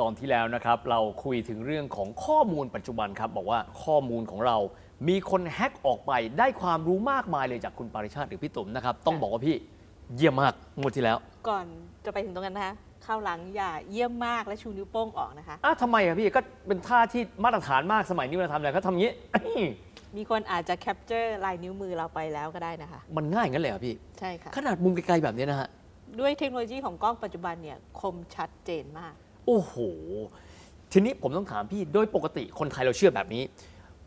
ตอนที่แล้วนะครับ เราคุยถึงเรื่องของข้อมูลปัจจุบันครับ บอกว่าข้อมูลของเรา มีคนแฮ็กออกไปได้ความรู้มากมายเลยจากคุณปาริชาติหรือพี่ตุ๋มนะครับ ต้องบอกว่าพี่เยี่ยมมากงวดที่แล้ว ก่อนจะไปถึงตรงนั้นนะคะข้าวหลังอย่าเยี่ยมมากและชูนิ้วโป้งออกนะคะ อ้าวทำไมอะพี่ก็เป็นท่าที่มาตรฐานมากสมัยนี้เวลาทำอะไรก็ทำอย่างนี้ มีคนอาจจะแคปเจอร์ลายนิ้วมือเราไปแล้วก็ได้นะคะ มันง่ายงั้นเลยเหรอะพี่ ใช่ค่ะ ขนาดมุมไกลๆแบบนี้นะฮะ ด้วยเทคโนโลยีของกล้องปัจจุบันเนี่ยคมชัดเจนมาก โอ้โห ทีนี้ผมต้องถามพี่ โดยปกติคนไทยเราเชื่อแบบนี้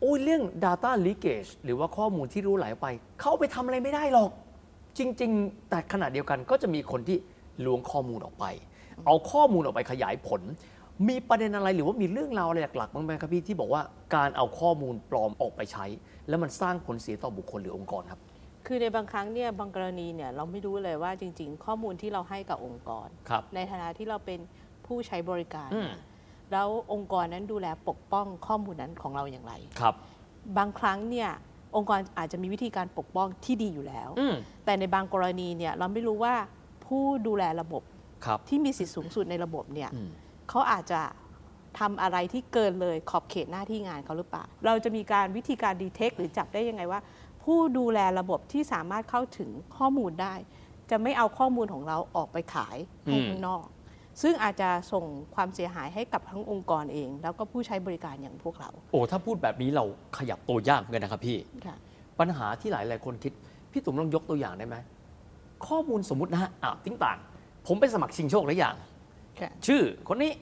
โอ้ยเรื่อง Data Leakage หรือว่าข้อมูลที่รู้ไหลออกไป เขาเอาไปทำอะไรไม่ได้หรอก จริง ๆ แต่ขณะเดียวกันก็จะมีคนที่ล้วงข้อมูลออกไป เอาข้อมูลออกไปขยายผล มีประเด็นอะไรหรือว่ามีเรื่องราวอะไรหลักๆบ้างไหมครับพี่ที่บอกว่าการเอาข้อมูลปลอมออกไปใช้ แล้วมันสร้างผลเสียต่อบุคคลหรือองค์กรครับ คือในบางครั้งเนี่ยบางกรณีเนี่ยเราไม่รู้เลยว่าจริง ๆ ข้อมูลที่เราให้กับองค์กร ครับ ในฐานะที่เราเป็นผู้ใช้บริการ อืม แล้วองค์กรนั้นดูแลปกป้องข้อมูลนั้นของเราอย่างไร ครับ บางครั้งเนี่ยองค์กรอาจจะมีวิธีการปกป้องที่ดีอยู่แล้ว อืม แต่ในบางกรณีเนี่ยเราไม่รู้ว่าผู้ดูแลระบบ ครับ ที่มีสิทธิสูงสุดในระบบเนี่ย อืม เขาอาจจะทำอะไรที่เกินเลยขอบเขตหน้าที่งานเขาหรือเปล่า เราจะมีการวิธีการดีเทคหรือจับได้ยังไงว่า ผู้ดูแลระบบที่สามารถเข้าถึงข้อมูลได้ จะไม่เอาข้อมูลของเราออกไปขายให้ข้างนอก ซึ่งอาจจะส่งความเสียหายให้กับทั้งองค์กรเอง แล้วก็ผู้ใช้บริการอย่างพวกเรา โอ้ถ้าพูดแบบนี้เราขยับตัวยากเหมือนกันนะครับพี่ ค่ะ ปัญหาที่หลายหลายๆคนคิด พี่ตุ๋มลองยกตัวอย่างได้ไหม ข้อมูลสมมตินะฮะอ่าติ้งต่าง ผมไปสมัครชิงโชคหลายอย่าง ชื่อคนนี้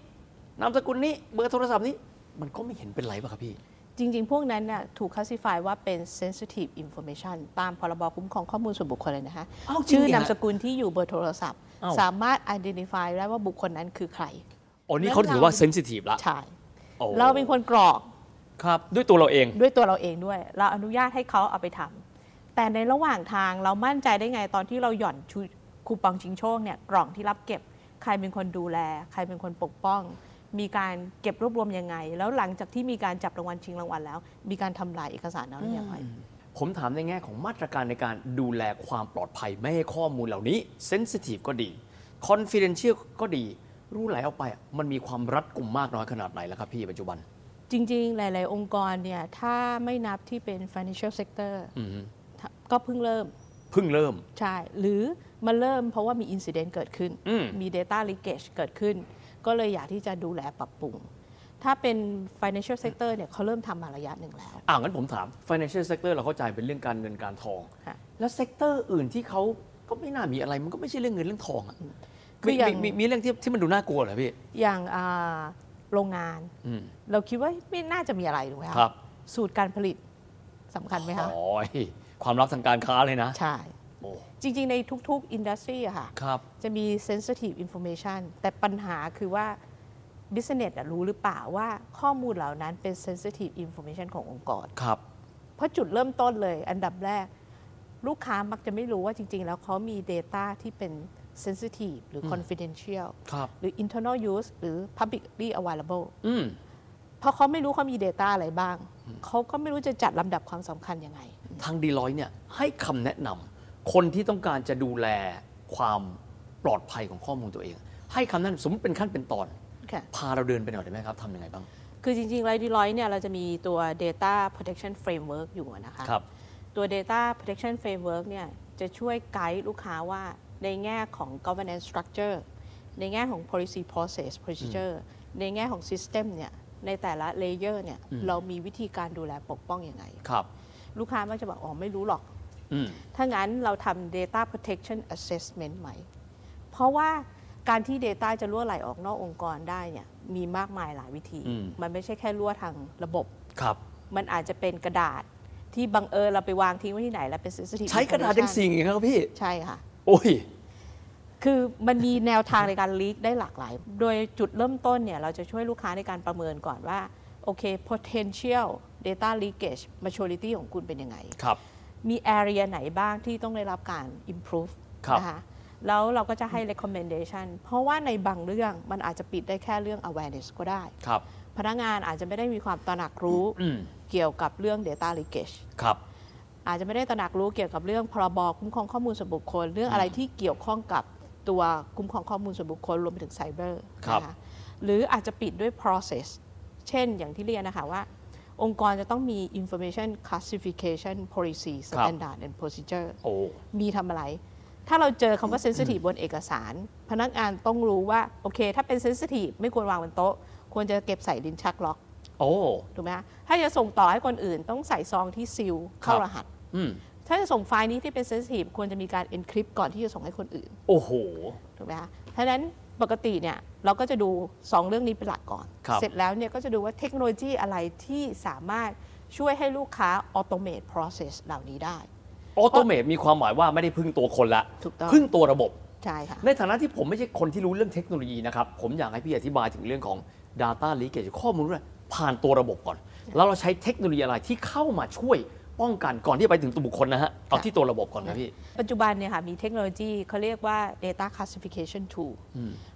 นามสกุลนี้ เบอร์โทรศัพท์นี้ มันก็ไม่เห็นเป็นไรป่ะครับพี่ จริง ๆ พวกนั้นน่ะถูก classify ว่าเป็น sensitive information ตามพรบคุ้มครองข้อมูลส่วนบุคคลเลยนะคะ อ้าวจริงดิ ชื่อ ฮะ นามสกุลที่อยู่เบอร์โทรศัพท์ อ้าว สามารถ identify ได้ว่าบุคคลนั้นคือใคร อ๋อนี่เขาถือว่าเซนซิทีฟละ ใช่ โอ้ เราเป็นคนกรอก ครับ ด้วยตัวเราเอง ด้วยตัวเราเองด้วย เราอนุญาตให้เขาเอาไปทำแต่ในระหว่างทางเรามั่นใจได้ไงตอนที่เราหย่อนชูคูปองชิงโชคเนี่ยกล่องที่รับเก็บ ใครเป็นคนดูแล ใครเป็นคนปกป้อง มีการเก็บรวบรวมยังไง แล้วหลังจากที่มีการจับรางวัลชิงรางวัลแล้ว มีการทำลายเอกสารนั้นอย่างไร ผมถามในแง่ของมาตรการในการดูแลความปลอดภัย ไม่ให้ข้อมูลเหล่านี้เซนซิทีฟก็ดีคอนฟ idential ก็ดี รู้ไหลออกไปอะมันมีความรัดกุมมากน้อยขนาดไหนแล้วครับพี่ปัจจุบัน จริง ๆ หลาย ๆ องค์กรเนี่ย ถ้าไม่นับที่เป็น financial sector อืม ถ้าก็เพิ่งเริ่ม เพิ่งเริ่ม ใช่ หรือมันเริ่มเพราะว่ามี incident เกิดขึ้น อืม มี data leakage เกิดขึ้น ก็เลยอยากที่จะดูแลปรับปรุง ถ้าเป็น financial sector เนี่ยเขาเริ่มทำมาระยะหนึ่งแล้ว อ่างั้นผมถาม financial sector เราเข้าใจเป็นเรื่องการเงินการทอง ค่ะ แล้วเซกเตอร์อื่นที่เขาก็ไม่น่ามีอะไร มันก็ไม่ใช่เรื่องเงินเรื่องทองอะ คืออย่าง มีมีมีเรื่องที่ที่มันดูน่ากลัวเหรอพี่ อย่างอ่าโรงงาน อืม เราคิดว่าไม่น่าจะมีอะไรถูกไหมะ ครับ สูตรการผลิตสำคัญไหมคะ โอ้ยความลับทางการค้าเลยนะ ใช่ โอ้ จริง ๆ ในทุก ๆ industry อะค่ะ ครับ จะมี sensitive information แต่ปัญหาคือว่า business อะรู้หรือเปล่าว่าข้อมูลเหล่านั้นเป็น sensitive information ขององค์กร ครับ เพราะจุดเริ่มต้นเลยอันดับแรก ลูกค้ามักจะไม่รู้ว่าจริง ๆ แล้วเขามี data ที่เป็น sensitive หรือ confidential ครับ หรือ internal use หรือ publicly available อืม เพราะเขาไม่รู้เขามี data อะไรบ้าง เขาก็ไม่รู้จะจัดลำดับความสำคัญยังไง ทางดีลอยเนี่ยให้คำแนะนำคนที่ต้องการจะดูแลความปลอดภัยของข้อมูลตัวเอง ให้คำแนะนำสมมติเป็นขั้นเป็นตอน ค่ะ พาเราเดินไปหน่อยได้ไหมครับทำยังไงบ้าง คือจริงๆไรดีร้อยเนี่ยเราจะมีตัว data protection framework อยู่อะนะคะ ครับ ตัว Data Protection Framework เนี่ยจะช่วยไกด์ลูกค้าว่าในแง่ของ governance structure ในแง่ของ policy process procedure ในแง่ของ system เนี่ยในแต่ละ layer เนี่ยเรามีวิธีการดูแลปกป้องอยังไง ครับ ลูกค้ามักจะบอกอ๋อไม่รู้หรอก อืม ถ้างั้นเราทำ data protection assessment ใหม่ เพราะว่าการที่ data จะรั่วไหลออกนอกองค์กรได้เนี่ยมีมากมายหลายวิธี อืม มันไม่ใช่แค่รั่วทางระบบ ครับ มันอาจจะเป็นกระดาษที่บังเอิญเราไปวางทิ้งไว้ที่ไหนแล้วเป็น sensitive ใช้กระดาษยัง information สิ่งอย่างครับพี่ ใช่ค่ะ โอ้ย คือมันมีแนวทางในการลีกได้หลากหลาย โดยจุดเริ่มต้นเนี่ยเราจะช่วยลูกค้าในการประเมินก่อนว่า โอเค potential data leakage maturity ของคุณเป็นยังไง ครับ มี area ไหนบ้างที่ต้องได้รับการ improve ครับ นะคะแล้วเราก็จะให้ recommendation เพราะว่าในบางเรื่องมันอาจจะปิดได้แค่เรื่อง awareness ก็ได้ ครับ พนักงานอาจจะไม่ได้มีความตระหนักรู้ อืม เกี่ยวกับเรื่อง data leakage ครับ อาจจะไม่ได้ตระหนักรู้เกี่ยวกับเรื่องพรบคุ้มครองข้อมูลส่วนบุคคล เรื่องอะไรที่เกี่ยวข้องกับตัวคุ้มครองข้อมูลส่วนบุคคลรวมไปถึงไซเบอร์ ครับ นะคะ หรืออาจจะปิดด้วย process เช่นอย่างที่เรียนนะคะว่า องค์กรจะต้องมี information classification policy standard and procedure โอ้ มีทำอะไร ถ้าเราเจอคำว่า sensitive บนเอกสาร พนักงานต้องรู้ว่า โอเค ถ้าเป็น sensitive ไม่ควรวางบนโต๊ะ ควรจะเก็บใส่ลิ้นชักล็อก โอ้ ถูกไหมคะถ้าจะส่งต่อให้คนอื่นต้องใส่ซองที่ซิลเข้า ครับ รหัส อืม ถ้าจะส่งไฟล์นี้ที่เป็น sensitive ควรจะมีการ encrypt ก่อนที่จะส่งให้คนอื่น โอ้โห ถูกไหมคะเพราะฉะนั้นปกติเนี่ยเราก็จะดู 2 เรื่องนี้เป็นหลักก่อน ครับ เสร็จแล้วเนี่ยก็จะดูว่าเทคโนโลยีอะไรที่สามารถช่วยให้ลูกค้า automate process เหล่านี้ได้ ออโตเมตมีความหมายว่าไม่ได้พึ่งตัวคนละ ถูกต้อง พึ่งตัวระบบ ใช่ค่ะ ในฐานะที่ผมไม่ใช่คนที่รู้เรื่องเทคโนโลยีนะครับ ผมอยากให้พี่อธิบายถึงเรื่องของ Data Leakage ข้อมูลด้วยผ่านตัวระบบก่อน แล้วเราใช้เทคโนโลยีอะไรที่เข้ามาช่วยป้องกันก่อนที่จะไปถึงตัวบุคคลนะฮะ เอาที่ตัวระบบก่อนนะพี่ ปัจจุบันเนี่ยค่ะมีเทคโนโลยีเขาเรียกว่า data classification tool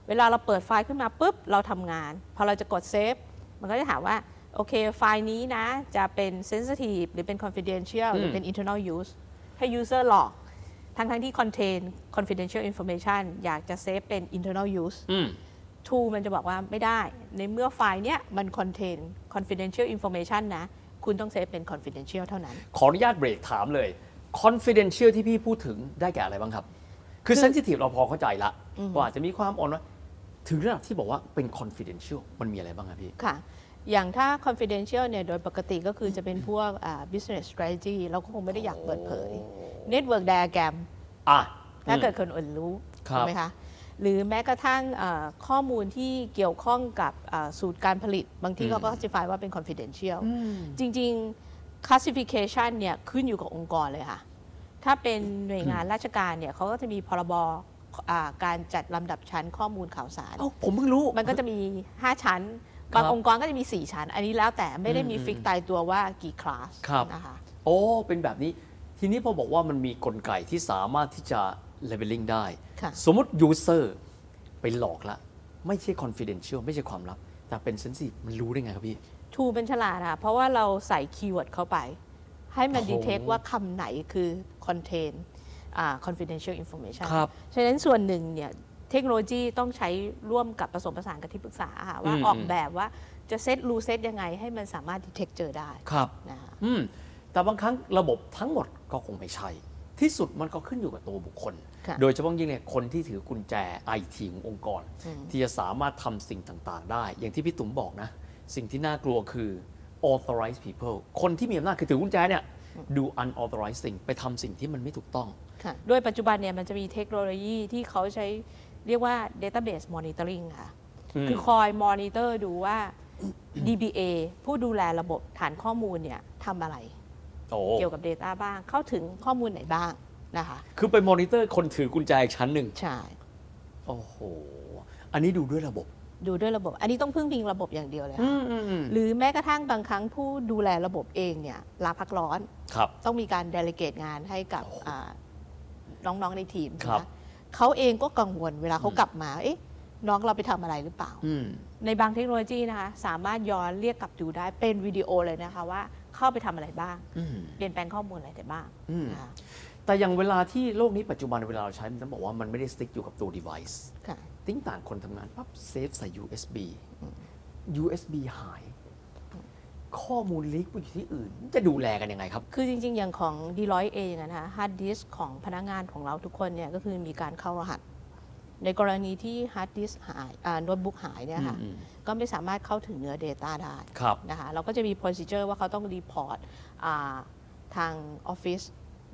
เวลาเราเปิดไฟล์ขึ้นมาปุ๊บ เราทำงาน พอเราจะกดเซฟมันก็จะถามว่า โอเคไฟล์นี้นะ จะเป็น sensitive หรือเป็น confidential อืม หรือเป็น internal use ถ้า user หลอก ทั้งทั้งๆที่ contain confidential information อยากจะเซฟเป็น internal use อืม tool มันจะบอกว่าไม่ได้ ในเมื่อไฟล์เนี้ยมัน contain confidential information นะ คุณต้องเซฟเป็น confidential เท่านั้น ขออนุญาตเบรกถามเลย confidential ที่พี่พูดถึงได้แก่อะไรบ้างครับ คือ sensitive เราพอเข้าใจละว่าอาจจะมีความอ่อนว่าถึงระดับที่บอกว่าเป็น confidential มันมีอะไรบ้างครับพี่ ค่ะ อย่างถ้า confidential เนี่ย โดยปกติก็คือจะเป็นพวกอ่า business strategy เราก็คงไม่ได้อยากเปิดเผย network diagram อ่ะ ถ้าเกิดคนอื่นรู้ ครับ ใช่ไหมคะ หรือแม้กระทั่งอ่าข้อมูลที่เกี่ยวข้องกับอ่าสูตรการผลิต บางที่เขาก็ classify ว่าเป็น confidential จริง ๆ classification เนี่ย ขึ้นอยู่กับองค์กรเลยค่ะ ถ้าเป็นหน่วยงานราชการเนี่ยเขาก็จะมีพรบอ่าการจัดลำดับชั้นข้อมูลข่าวสาร เอ้าผมเพิ่งรู้ มันก็จะมี 5 ชั้น ครับบางองค์กรก็จะมี 4 ชั้น อันนี้แล้วแต่ไม่ได้มี อืม ฟิกตายตัวว่ากี่คลาส ครับ นะคะ โอ้เป็นแบบนี้ ทีนี้พอบอกว่ามันมีกลไกที่สามารถที่จะ labeling ได้ ค่ะ สมมติ user ไปหลอกละ ไม่ใช่ confidential ไม่ใช่ความลับ แต่เป็น sensitive มันรู้ได้ไงครับพี่ ทูเป็นฉลาดอะเพราะว่าเราใส่คีย์เวิร์ดเข้าไป ให้มัน โอ้โห ดีเทคว่าคำไหนคือ contain อ่า confidential information ครับ ฉะนั้นส่วนหนึ่งเนี่ย เทคโนโลยีต้องใช้ร่วมกับผสมผสานกับที่ปรึกษาค่ะว่า อืม ออกแบบว่าจะเซตรูเซตยังไงให้มันสามารถดีเทคเจอได้ ครับ นะคะ อืม แต่บางครั้งระบบทั้งหมดก็คงไม่ใช่ ที่สุดมันก็ขึ้นอยู่กับตัวบุคคล ค่ะ โดยเฉพาะยิ่งเนี่ยคนที่ถือกุญแจไอทีขององค์กร อืม ที่จะสามารถทำสิ่งต่างๆ ได้ อย่างที่พี่ตุ๋มบอกนะ สิ่งที่น่ากลัวคือ authorized people คนที่มีอำนาจคือถือกุญแจเนี่ยดู unauthorized สิ่งไปทำสิ่งที่มันไม่ถูกต้อง ค่ะโดยปัจจุบันเนี่ยมันจะมีเทคโนโลยีที่เขาใช้เรียกว่า database monitoring ค่ะ อืม คือคอยมอนิเตอร์ดูว่า DBA ผู้ดูแลระบบฐานข้อมูลเนี่ยทำอะไร โอ้ เกี่ยวกับ Data บ้าง เข้าถึงข้อมูลไหนบ้างนะคะ คือไปมอนิเตอร์คนถือกุญแจอีกชั้นหนึ่ง ใช่ โอ้โห อันนี้ดูด้วยระบบ ดูด้วยระบบ อันนี้ต้องพึ่งพิงระบบอย่างเดียวเลยค่ะ อืมอืมอืม หรือแม้กระทั่งบางครั้งผู้ดูแลระบบเองเนี่ยลาพักร้อน ครับ ต้องมีการเดล g a t e งานให้กับอ่าน้องๆในทีม ครับ นะเขาเองก็กังวลเวลาเขากลับมา เอ๊ะ น้องเราไปทำอะไรหรือเปล่า อืม ในบางเทคโนโลยีนะคะ สามารถย้อนเรียกกลับดูได้เป็นวิดีโอเลยนะคะว่าเข้าไปทำอะไรบ้าง อืม เปลี่ยนแปลงข้อมูลอะไรได้บ้าง อืม นะคะ แต่อย่างเวลาที่โลกนี้ปัจจุบันเวลาเราใช้ มันต้องบอกว่ามันไม่ได้สติ๊กอยู่กับตัว device ค่ะ ติ้งต่างคนทำงานปั๊บเซฟใส่ USB USB หาย ข้อมูลลิกไปอยู่ที่อื่น จะดูแลกันยังไงครับ คือจริง ๆ อย่างของ d e l o i t t e เองอะนะคะฮาร์ดดิสของพนักงานของเราทุกคนเนี่ยก็คือมีการเข้ารหัส ในกรณีที่ฮาร์ดดิสหายโน้ตบุ๊กหายเนี่ยค่ะ อืม ก็ไม่สามารถเข้าถึงเนื้อ Data ได้ ครับ นะคะเราก็จะมี procedure ว่าเขาต้องรีพอร์ตทางออฟฟิศ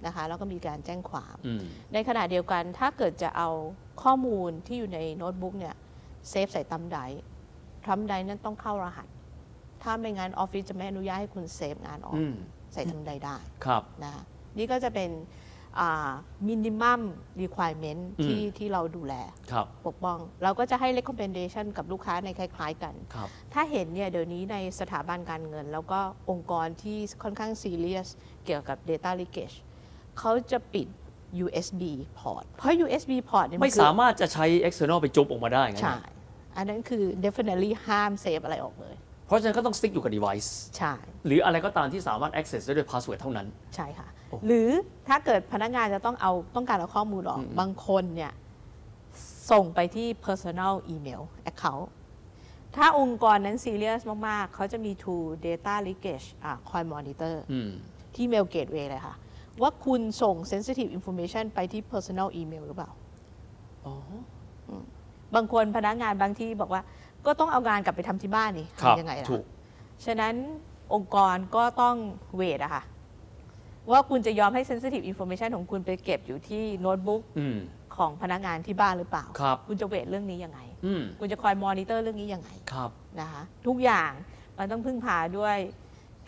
นะคะแล้วก็มีการแจ้งความ อืม ในขณะเดียวกันถ้าเกิดจะเอาข้อมูลที่อยู่ในโน้ตบุ๊กเนี่ยเซฟใส่ตัมไดทัมไดนั้นต้องเข้ารหัส ถ้าไม่งั้นออฟฟิศจะไม่อนุญาตให้คุณเซฟงานออก อืม ใส่ทัมไดได้ ครับ นะคะนี่ก็จะเป็นมินิมัม requirement อืม ที่ที่เราดูแล ครับ ปกป้อง เราก็จะให้ recommendation กับลูกค้าในคล้าย ๆ กัน ครับ ถ้าเห็นเนี่ยเดี๋ยวนี้ในสถาบันการเงิน แล้วก็องค์กรที่ค่อนข้าง serious เกี่ยวกับ data leakage เขาจะปิด USB port เพราะ USB port เนี่ยน ไม่ คือ สามารถจะใช้ external ไปจุบออกมาได้ไง ใช่อันนั้นคือ definitely ห้ามเซฟอะไรออกเลย เพราะฉะนั้นก็ต้องสติ๊กอยู่กับ device ใช่ หรืออะไรก็ตามที่สามารถ access ได้ด้วย password เท่านั้น ใช่ค่ะ โอ้ หรือถ้าเกิดพนักงานจะต้องเอาต้องการเอาข้อมูลออก บางคนเนี่ย ส่งไปที่ personal email account ถ้าองค์กรนั้นซีเรียสมาก ๆ เขาจะมี True Data Leakage อ่ะคอย Monitor อืม ที่ Mail Gateway เลยค่ะ ว่าคุณส่ง Sensitive Information ไปที่ Personal Email หรือเปล่า อ๋อ บางคนพนักงานบางที่บอกว่า ก็ต้องเอางานกลับไปทำที่บ้านนี่ ครับ ทำยังไงล่ะ ถูก ฉะนั้นองค์กรก็ต้องเวทอะค่ะ ว่าคุณจะยอมให้ sensitive information ของคุณไปเก็บอยู่ที่โน้ตบุ๊ก อืม ของพนักงานที่บ้านหรือเปล่า ครับ คุณจะเวทเรื่องนี้ยังไง อืม คุณจะคอยมอนิเตอร์เรื่องนี้ยังไง ครับ นะคะทุกอย่างมันต้องพึ่งพาด้วย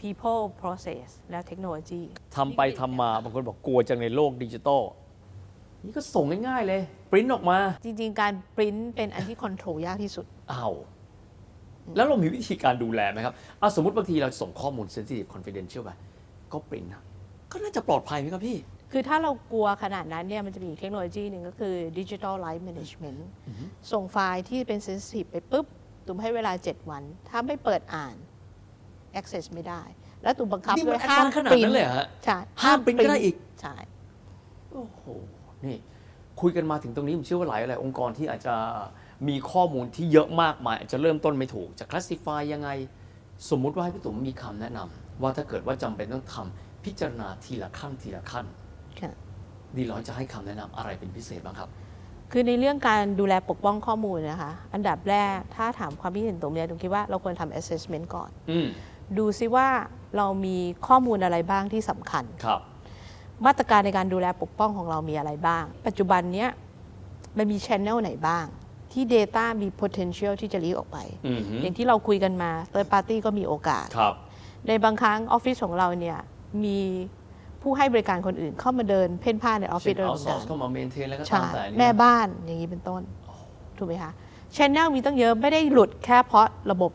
people process และเทคโนโลยี ทำไปทำมา บางคนบอกกลัวจังในโลกดิจิตอล นี่ก็ส่งง่ายๆเลย ปริ้นออกมา จริงๆ การปริ้นเป็นอันที่คอนโทรลยากที่สุด อ้าว แล้วเรามีวิธีการดูแลไหมครับเอาสมมติบางทีเราส่งข้อมูล sensitive confidential ไปก็ปริ้นนะก็น่าจะปลอดภัยไหมครับพี่ คือถ้าเรากลัวขนาดนั้นเนี่ยมันจะมีอีกเทคโนโลยีหนึ่งก็คือ Digital Life Management ส่งไฟล์ที่เป็น Sensitive ไปปุ๊บ ตุ่มให้เวลา 7 วัน ถ้าไม่เปิดอ่าน Access ไม่ได้ แล้วตุ่มบังคับ นี่ ด้ มั วน ย advanced ห้าม ขนาดนั้นเลยเหรอฮะ ใช่ ห้ามปริ้นก็ได้อีก ใช่ โอ้โห นี่ คุยกันมาถึงตรงนี้ผมเชื่อว่าหลายหลายองค์กรที่อาจจะมีข้อมูลที่เยอะมากมายอาจจะเริ่มต้นไม่ถูก จะ classify ยังไง สมมุติว่าให้พี่ตุ๋มมีคำแนะนำว่าถ้าเกิดว่าจำเป็นต้องทำพิจารณาทีละขั้นทีละขั้น ค่ะ ดีร้อนจะให้คำแนะนำอะไรเป็นพิเศษบ้างครับ คือในเรื่องการดูแลปกป้องข้อมูลนะคะ อันดับแรกถ้าถามความคิดเห็นตุ่มเนี่ยตุ่มคิดว่าเราควรทำ assessment ก่อน อืม ดูซิว่าเรามีข้อมูลอะไรบ้างที่สำคัญ ครับ มาตรการในการดูแลปกป้องของเรามีอะไรบ้าง ปัจจุบันเนี้ยมันมี Channel ไหนบ้าง ที่ Data มี potential ที่จะลีกออกไป อืมฮึ อย่างที่เราคุยกันมา third party ก็มีโอกาส ครับ ในบางครั้งออฟฟิศของเราเนี่ยมีผู้ให้บริการคนอื่นเข้ามาเดินเพ่นพ่านในออฟฟิ เช่นศเรา เอา เหมืซอน อ กั ส น เข้ามาเมนเทนแล้วก็ ใช่ ตามแต่นี่ แม่บ้านอย่างนี้เป็นต้น ถูกไหมคะชแนลมีตั้งเยอะไม่ได้หลุดแค่เพราะระบบ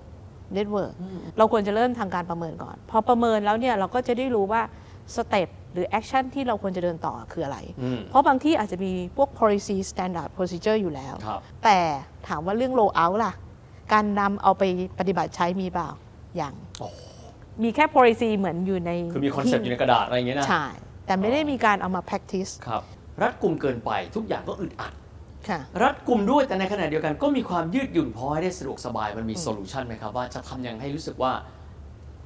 เน็ตเวิร์กเราควรจะเริ่มทางการประเมินก่อน พอประเมินแล้วเนี่ยเราก็จะได้รู้ว่าสเต็ปหรือแอคชั่นที่เราควรจะเดินต่อคืออะไร อืม เพราะบางที่อาจจะมีพวก policy standard procedure อยู่แล้ว ครับ แต่ถามว่าเรื่อง rollout ล่ะ การนำเอาไปปฏิบัติใช้มีเปล่าอย่าง โอ้โห มีแค่ policy เหมือนอยู่ใน คือมีคอนเซปต์อยู่ในกระดาษอะไรอย่างเงี้ยนะ ใช่ แต่ไม่ได้มีการเอามา practice ครับ รัดกลุ่มเกินไปทุกอย่างก็อึดอัด ค่ะ รัดกลุ่มด้วยแต่ในขณะเดียวกันก็มีความยืดหยุ่นพอให้ได้สะดวกสบายมันมีโซลูชันไหมครับ ว่าจะทำยังไงให้รู้สึกว่า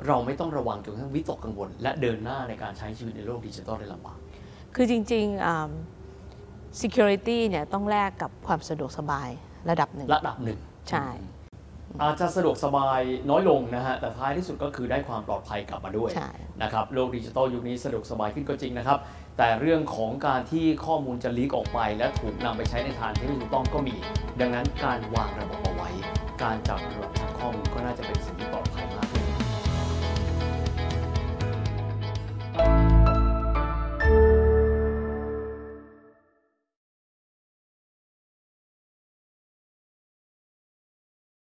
เราไม่ต้องระวังจนกระทั่งวิตกกังวล และเดินหน้าในการใช้ชีวิตในโลกดิจิทัลได้ลำบาก คือจริงๆอ่า security เนี่ยต้องแลกกับความสะดวกสบายระดับหนึ่ง ระดับหนึ่ง ใช่ อาจจะสะดวกสบายน้อยลงนะฮะแต่ท้ายที่สุดก็คือได้ความปลอดภัยกลับมาด้วย ใช่ นะครับโลกดิจิทัลยุคนี้สะดวกสบายขึ้นก็จริงนะครับ แต่เรื่องของการที่ข้อมูลจะลีกออกไปและถูกนำไปใช้ในทางที่ไม่ถูกต้องก็มี ดังนั้นการวางระบบเอาไว้ การจับระบบทางข้อมูลก็น่าจะเป็นสิ่งที่ปลอดภัย